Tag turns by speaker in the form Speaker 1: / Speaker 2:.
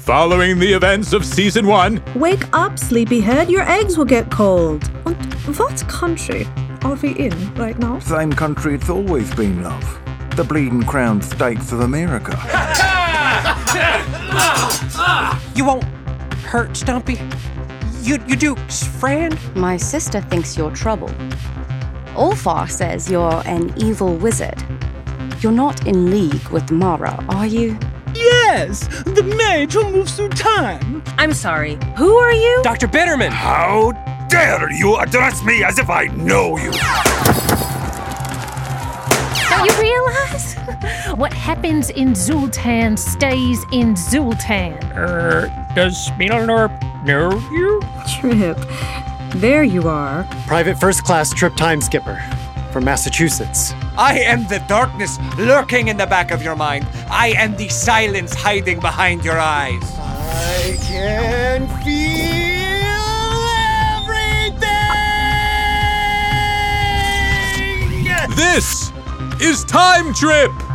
Speaker 1: Following the events of season one,
Speaker 2: Wake up, sleepyhead, your eggs will get cold. And what country are we in right now?
Speaker 3: Same country it's always been, love. The bleeding crown states of America.
Speaker 4: You won't hurt Stumpy. You you do, friend.
Speaker 5: My sister thinks you're trouble. Olfar says you're an evil wizard. You're not in league with Mara, are you?
Speaker 6: Yes, the mage who moves through time.
Speaker 7: I'm sorry. Who are you?
Speaker 4: Dr. Bitterman.
Speaker 8: How dare you address me as if I know you?
Speaker 5: Don't you realize?
Speaker 9: What happens in Zultan stays in Zultan.
Speaker 10: Er, does Spinalnorp know you?
Speaker 2: Trip. There you are.
Speaker 11: Private First Class Trip Time Skipper from Massachusetts.
Speaker 4: I am the darkness lurking in the back of your mind. I am the silence hiding behind your eyes.
Speaker 11: I can feel
Speaker 1: this is Time Trip!